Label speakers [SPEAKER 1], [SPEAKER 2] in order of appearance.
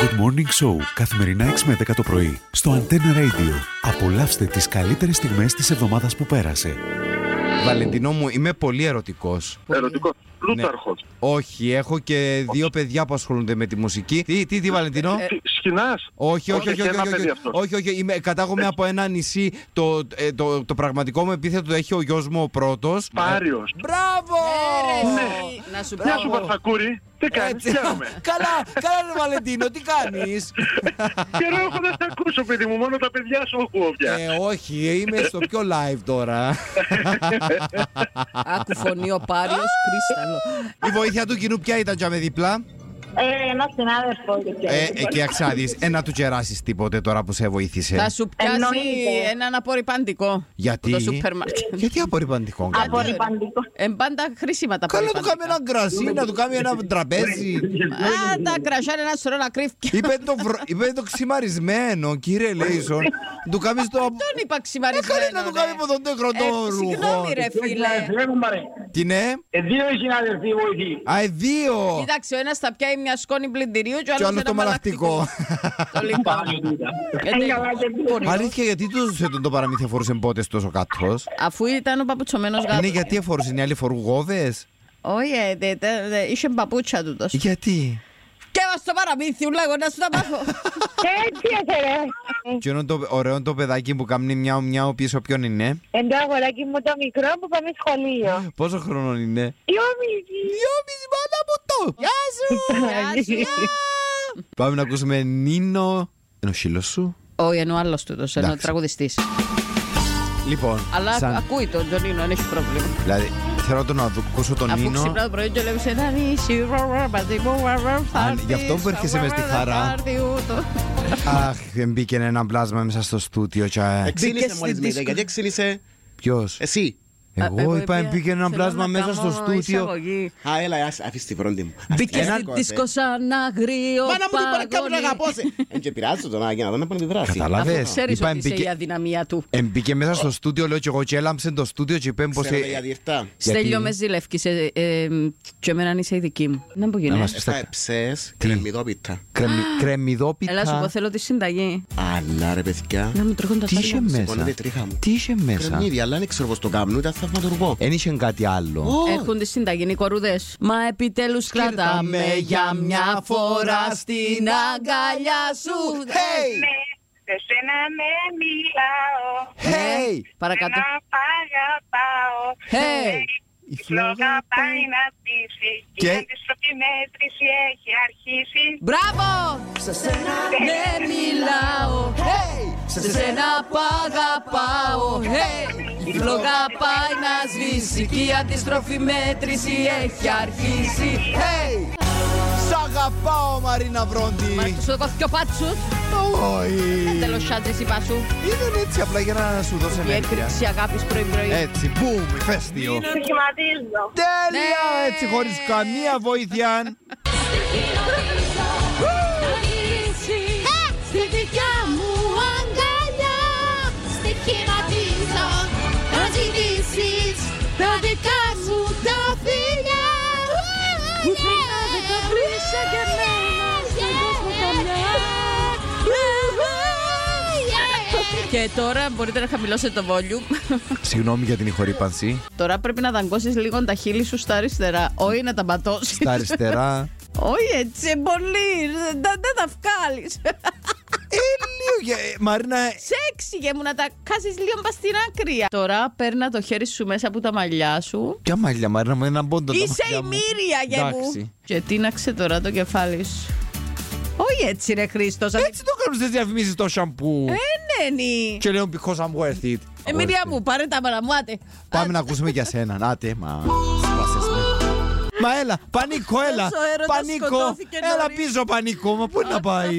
[SPEAKER 1] Good Morning Show καθημερινά 6 με 10 το πρωί στο Antenna Radio. Απολαύστε τις καλύτερες στιγμές της εβδομάδας που πέρασε.
[SPEAKER 2] Βαλεντινό μου, είμαι πολύ ερωτικός.
[SPEAKER 3] Ερωτικός.
[SPEAKER 2] Ναι.
[SPEAKER 3] Πλούταρχος.
[SPEAKER 2] Όχι, έχω και δύο παιδιά που ασχολούνται με τη μουσική. Τι, τι, τι, Βαλεντινό.
[SPEAKER 3] Σκηνάς.
[SPEAKER 2] Όχι, όχι,
[SPEAKER 3] Ε,
[SPEAKER 2] όχι,
[SPEAKER 3] όχι,
[SPEAKER 2] όχι,
[SPEAKER 3] ένα
[SPEAKER 2] όχι,
[SPEAKER 3] παιδί
[SPEAKER 2] όχι,
[SPEAKER 3] αυτός.
[SPEAKER 2] όχι, όχι, είμαι, κατάγομαι από ένα νησί, το, ε, το, το πραγματικό μου επίθετο το έχει ο γιος μου ο πρώτος. Ε,
[SPEAKER 3] Πάριος.
[SPEAKER 2] Μπράβο!
[SPEAKER 3] Ναι.
[SPEAKER 4] Να σου πω.
[SPEAKER 3] Γεια σου, Βαρθακούρη. Τι κάνεις,
[SPEAKER 2] Έτσι.
[SPEAKER 3] Ναι, χαίρομαι.
[SPEAKER 2] καλά, καλά ρε Βαλεντίνο, τι κάνεις
[SPEAKER 3] Καιρό έχω να σε ακούσω, παιδί μου. Μόνο τα παιδιά σου ακούω πια.
[SPEAKER 2] ε, όχι, είμαι στο πιο live τώρα
[SPEAKER 4] Άκου φωνή ο Πάριος Κρίσταλο.
[SPEAKER 2] Η βοήθεια του κοινού ποια ήταν και με διπλά
[SPEAKER 5] Ε, ένας συνάδελφος. και ξέρω.
[SPEAKER 2] ε, ε, και αξάδεις, ε, να του κεράσεις τίποτε τώρα που σε βοήθησε
[SPEAKER 4] Θα σου πιάσει
[SPEAKER 5] Εννοείται.
[SPEAKER 4] έναν απορριπαντικό.
[SPEAKER 2] Γιατί?
[SPEAKER 4] Το σούπερ μάρκετ.
[SPEAKER 2] Γιατί απορριπαντικό κάτι.
[SPEAKER 5] Απορριπαντικό.
[SPEAKER 4] Εν πάντα χρήσιμα τα
[SPEAKER 2] Καλά να του
[SPEAKER 4] απορριπαντικά.
[SPEAKER 2] κάνει ένα κρασί, να του κάνει ένα τραπέζι.
[SPEAKER 4] Α, τα κρασιά είναι ένα σωρό να κρύφτει.
[SPEAKER 2] είπε, το βρο... είπε το ξημαρισμένο, κύριε Λέισον. του κάνει το.
[SPEAKER 4] Τον είπα
[SPEAKER 2] Ε,
[SPEAKER 4] ξημαρισμένο.
[SPEAKER 2] Καλή να του
[SPEAKER 4] ναι.
[SPEAKER 2] κάνει από τον τέκρο το
[SPEAKER 4] Ε,
[SPEAKER 2] ρούχο.
[SPEAKER 4] Συγγνώμη ρε φίλε.
[SPEAKER 2] Τι ναι,
[SPEAKER 3] Ε, Δύο συνάδελφοι βοηθοί.
[SPEAKER 2] α, ε, δύο.
[SPEAKER 4] Κοίταξε, ο ένας θα πιάει μια σκόνη πλυντηρίου και
[SPEAKER 2] Και
[SPEAKER 4] ο
[SPEAKER 2] ο άλλο
[SPEAKER 4] άλλος
[SPEAKER 2] το
[SPEAKER 4] ένα
[SPEAKER 2] μαλακτικό.
[SPEAKER 4] μαλακτικό. Το λοιπόν. ναι. Γιατί-
[SPEAKER 2] Αλήθεια, γιατί τους τον το παραμύθι αφορούσε πότε τόσο κάτω.
[SPEAKER 4] Αφού ήταν ο παπουτσωμένος
[SPEAKER 2] Ναι,
[SPEAKER 4] γάτος.
[SPEAKER 2] γιατί αφορούσε, οι άλλοι φορουγόδε.
[SPEAKER 4] Όχι, ε, δε- δε- δε- είχε μπαπούτσα τούτος.
[SPEAKER 2] Γιατί.
[SPEAKER 4] Και μας το παραμύθι, ούλα εγώ να σου τα μάθω.
[SPEAKER 5] Ε, Έτσι έφερε. Ε,
[SPEAKER 2] Και είναι το ωραίο το παιδάκι που κάνει μιαου μιαου πίσω ποιον είναι.
[SPEAKER 5] Εν το αγοράκι μου το μικρό που πάμε σχολείο.
[SPEAKER 2] Πόσο χρόνο είναι.
[SPEAKER 5] Δυόμιση.
[SPEAKER 2] Δυόμιση μάνα μου το. Γεια σου.
[SPEAKER 4] Γεια σου.
[SPEAKER 2] Πάμε να ακούσουμε Νίνο. Είναι ο σύλλος σου.
[SPEAKER 4] Όχι, ενώ άλλος τούτος, ενώ
[SPEAKER 2] Εντάξει.
[SPEAKER 4] τραγουδιστής.
[SPEAKER 2] Λοιπόν,
[SPEAKER 4] Αλλά
[SPEAKER 2] σαν-
[SPEAKER 4] ακούει τον Τζονίνο, δεν έχει πρόβλημα.
[SPEAKER 2] Δηλαδή, θέλω να τον να δω- ακούσω τον
[SPEAKER 4] Αφού
[SPEAKER 2] Νίνο.
[SPEAKER 4] ξυπνά το πρωί και λέει σε ένα νησί, ρο, ρο, μαζί μου, ρο, ρο, θα
[SPEAKER 2] Αν-
[SPEAKER 4] έρθεις,
[SPEAKER 2] γι' αυτό που έρχεσαι
[SPEAKER 4] ρο,
[SPEAKER 2] μες
[SPEAKER 4] ρο,
[SPEAKER 2] στη
[SPEAKER 4] ρο,
[SPEAKER 2] χαρά.
[SPEAKER 4] θα έρθει ούτο.
[SPEAKER 2] Αχ, μπήκε ένα πλάσμα μέσα στο στούτιο. Και...
[SPEAKER 4] Μπήκες
[SPEAKER 6] Εξήλισε μόλις
[SPEAKER 4] στη
[SPEAKER 6] με είδε,
[SPEAKER 4] δίσκο.
[SPEAKER 6] γιατί Ε, εξήλισε
[SPEAKER 2] Ποιος.
[SPEAKER 6] εσύ.
[SPEAKER 2] Εγώ είπα, μπήκε ένα
[SPEAKER 4] θέλω
[SPEAKER 2] πλάσμα
[SPEAKER 4] να
[SPEAKER 2] μέσα στο
[SPEAKER 4] κάνω
[SPEAKER 2] στούτιο.
[SPEAKER 4] εισαγωγή.
[SPEAKER 6] Α, έλα, ας- αφήσει τη φρόντι μου.
[SPEAKER 4] Μπήκε
[SPEAKER 6] Ένα
[SPEAKER 4] στη
[SPEAKER 6] κόσε.
[SPEAKER 4] δίσκο σαν αγρίο
[SPEAKER 6] Μάνα μου, δεν μπορεί κάπου να
[SPEAKER 4] παγόνι.
[SPEAKER 6] αγαπώ σε. Εν και πειράζει τον Άγια, να δω να πάνε επιδράσει.
[SPEAKER 4] Αφού
[SPEAKER 2] Καταλαβέ.
[SPEAKER 4] ξέρεις ότι είσαι η αδυναμία του.
[SPEAKER 2] Ε, Μπήκε μέσα στο στούτιο, λέω και εγώ, και έλαμψε το στούτιο και είπε πως... ε,
[SPEAKER 6] Ξέρω
[SPEAKER 4] ε-
[SPEAKER 6] τα γιατί ήρθα.
[SPEAKER 4] Στέλιο με ζηλεύκεις ε, ε, και εμένα είσαι η δική μου. Να μου
[SPEAKER 2] Να
[SPEAKER 4] γίνει.
[SPEAKER 2] μας-
[SPEAKER 6] Έφτα ψες, κρεμμυδόπιτα.
[SPEAKER 2] κρεμι-
[SPEAKER 4] Έλα σου πω
[SPEAKER 2] Κρεμμυδόπιτα.
[SPEAKER 4] θέλω τη συνταγή.
[SPEAKER 6] Αλλά ρε παιδιά,
[SPEAKER 4] Να μου τρώγουν τα
[SPEAKER 2] Τι είχε
[SPEAKER 4] χέρια.
[SPEAKER 2] μέσα.
[SPEAKER 6] σηκώνεται η τρίχα μου.
[SPEAKER 2] Τι είχε μέσα.
[SPEAKER 6] κρεμμύδια, αλλά δεν ξέρω πώς το κάνουν, ήταν θαυματουργό.
[SPEAKER 2] Δεν είχε κάτι άλλο.
[SPEAKER 6] Ω,
[SPEAKER 4] Έχουν τη συνταγή οι κορούδες. Μα επιτέλους κρατάμε για μια φορά στην αγκαλιά σου.
[SPEAKER 2] Hey!
[SPEAKER 5] Σε σένα με μιλάω.
[SPEAKER 4] ε,
[SPEAKER 2] Hey!
[SPEAKER 4] Ναι, Παρακάτω.
[SPEAKER 5] αγαπάω.
[SPEAKER 4] Hey!
[SPEAKER 2] Η
[SPEAKER 5] Φλόγα πάει να πείσει
[SPEAKER 2] Και-
[SPEAKER 5] και η αντιστροφή μέτρηση έχει αρχίσει.
[SPEAKER 4] Μπράβο! Σε σένα δεν μιλάω Σε σένα π' αγαπάω hey! Η φλόγα πάει να σβήσει Και η αντιστροφή μέτρηση έχει αρχίσει
[SPEAKER 2] Hey! Σ' αγαπάω Μαρίνα Βρόντι.
[SPEAKER 4] Μα τους δω και ο πάτσους
[SPEAKER 2] Όχι.
[SPEAKER 4] Τέλος σάντζες είπα σου
[SPEAKER 2] Ήταν έτσι απλά για να σου δώσω
[SPEAKER 4] Η
[SPEAKER 2] ενέργεια.
[SPEAKER 4] έκρηξη αγάπης πρωί πρωί
[SPEAKER 2] Έτσι, μπούμ, ηφαίστειο.
[SPEAKER 5] Σχηματίζω.
[SPEAKER 2] Τέλεια,
[SPEAKER 4] Ναι.
[SPEAKER 2] έτσι χωρίς καμία βοήθεια.
[SPEAKER 7] Στη δικιά μου αγκαλιά στοιχηματίζω να ζητήσεις τα δικά σου τα φιλιά Πουθενά δεν θα βρεις σαν και εμένα στον κόσμο καμιά
[SPEAKER 4] Και τώρα μπορείτε να χαμηλώσετε το volume
[SPEAKER 2] Συγγνώμη για την ηχορύπανση.
[SPEAKER 4] Τώρα πρέπει να δαγκώσεις λίγο τα χείλη σου στα αριστερά Όχι να τα πατώσεις
[SPEAKER 2] Στα αριστερά.
[SPEAKER 4] Όχι έτσι πολύ Δεν τα- δεν τα βγάλεις
[SPEAKER 2] Ε, λίγο. για- ε, Μαρίνα,
[SPEAKER 4] Σε έξυγε μου να τα κάσεις λίγο μπα στην άκρη. Τώρα παίρνα το χέρι σου μέσα από τα μαλλιά σου.
[SPEAKER 2] ποια μαλλιά Μαρίνα με έναν πόντο. τα
[SPEAKER 4] Είσαι
[SPEAKER 2] μαλλιά
[SPEAKER 4] η
[SPEAKER 2] μου.
[SPEAKER 4] μύρια, γε μου.
[SPEAKER 2] Εντάξει.
[SPEAKER 4] Και τίναξε τώρα το κεφάλι σου. Όχι έτσι ρε Χρήστος. Αν-
[SPEAKER 2] Έτσι το κάνουν στις διαφημίσεις το σαμπού.
[SPEAKER 4] Ε, ναι, ναι.
[SPEAKER 2] Και λέω because I'm worth it.
[SPEAKER 4] Εμμυρία Ε, μου, πάρε τα παραμουάτε.
[SPEAKER 2] Πάμε να ακούσουμε για σένα. Άτε, μα. σπάσες με. Μα έλα, πανίκο, έλα.
[SPEAKER 4] Τόσο έρωτας
[SPEAKER 2] Πανίκο.
[SPEAKER 4] σκοτώθηκε
[SPEAKER 2] Έλα
[SPEAKER 4] νωρίς.
[SPEAKER 2] πίσω, πανίκο. Μα πού να πάει.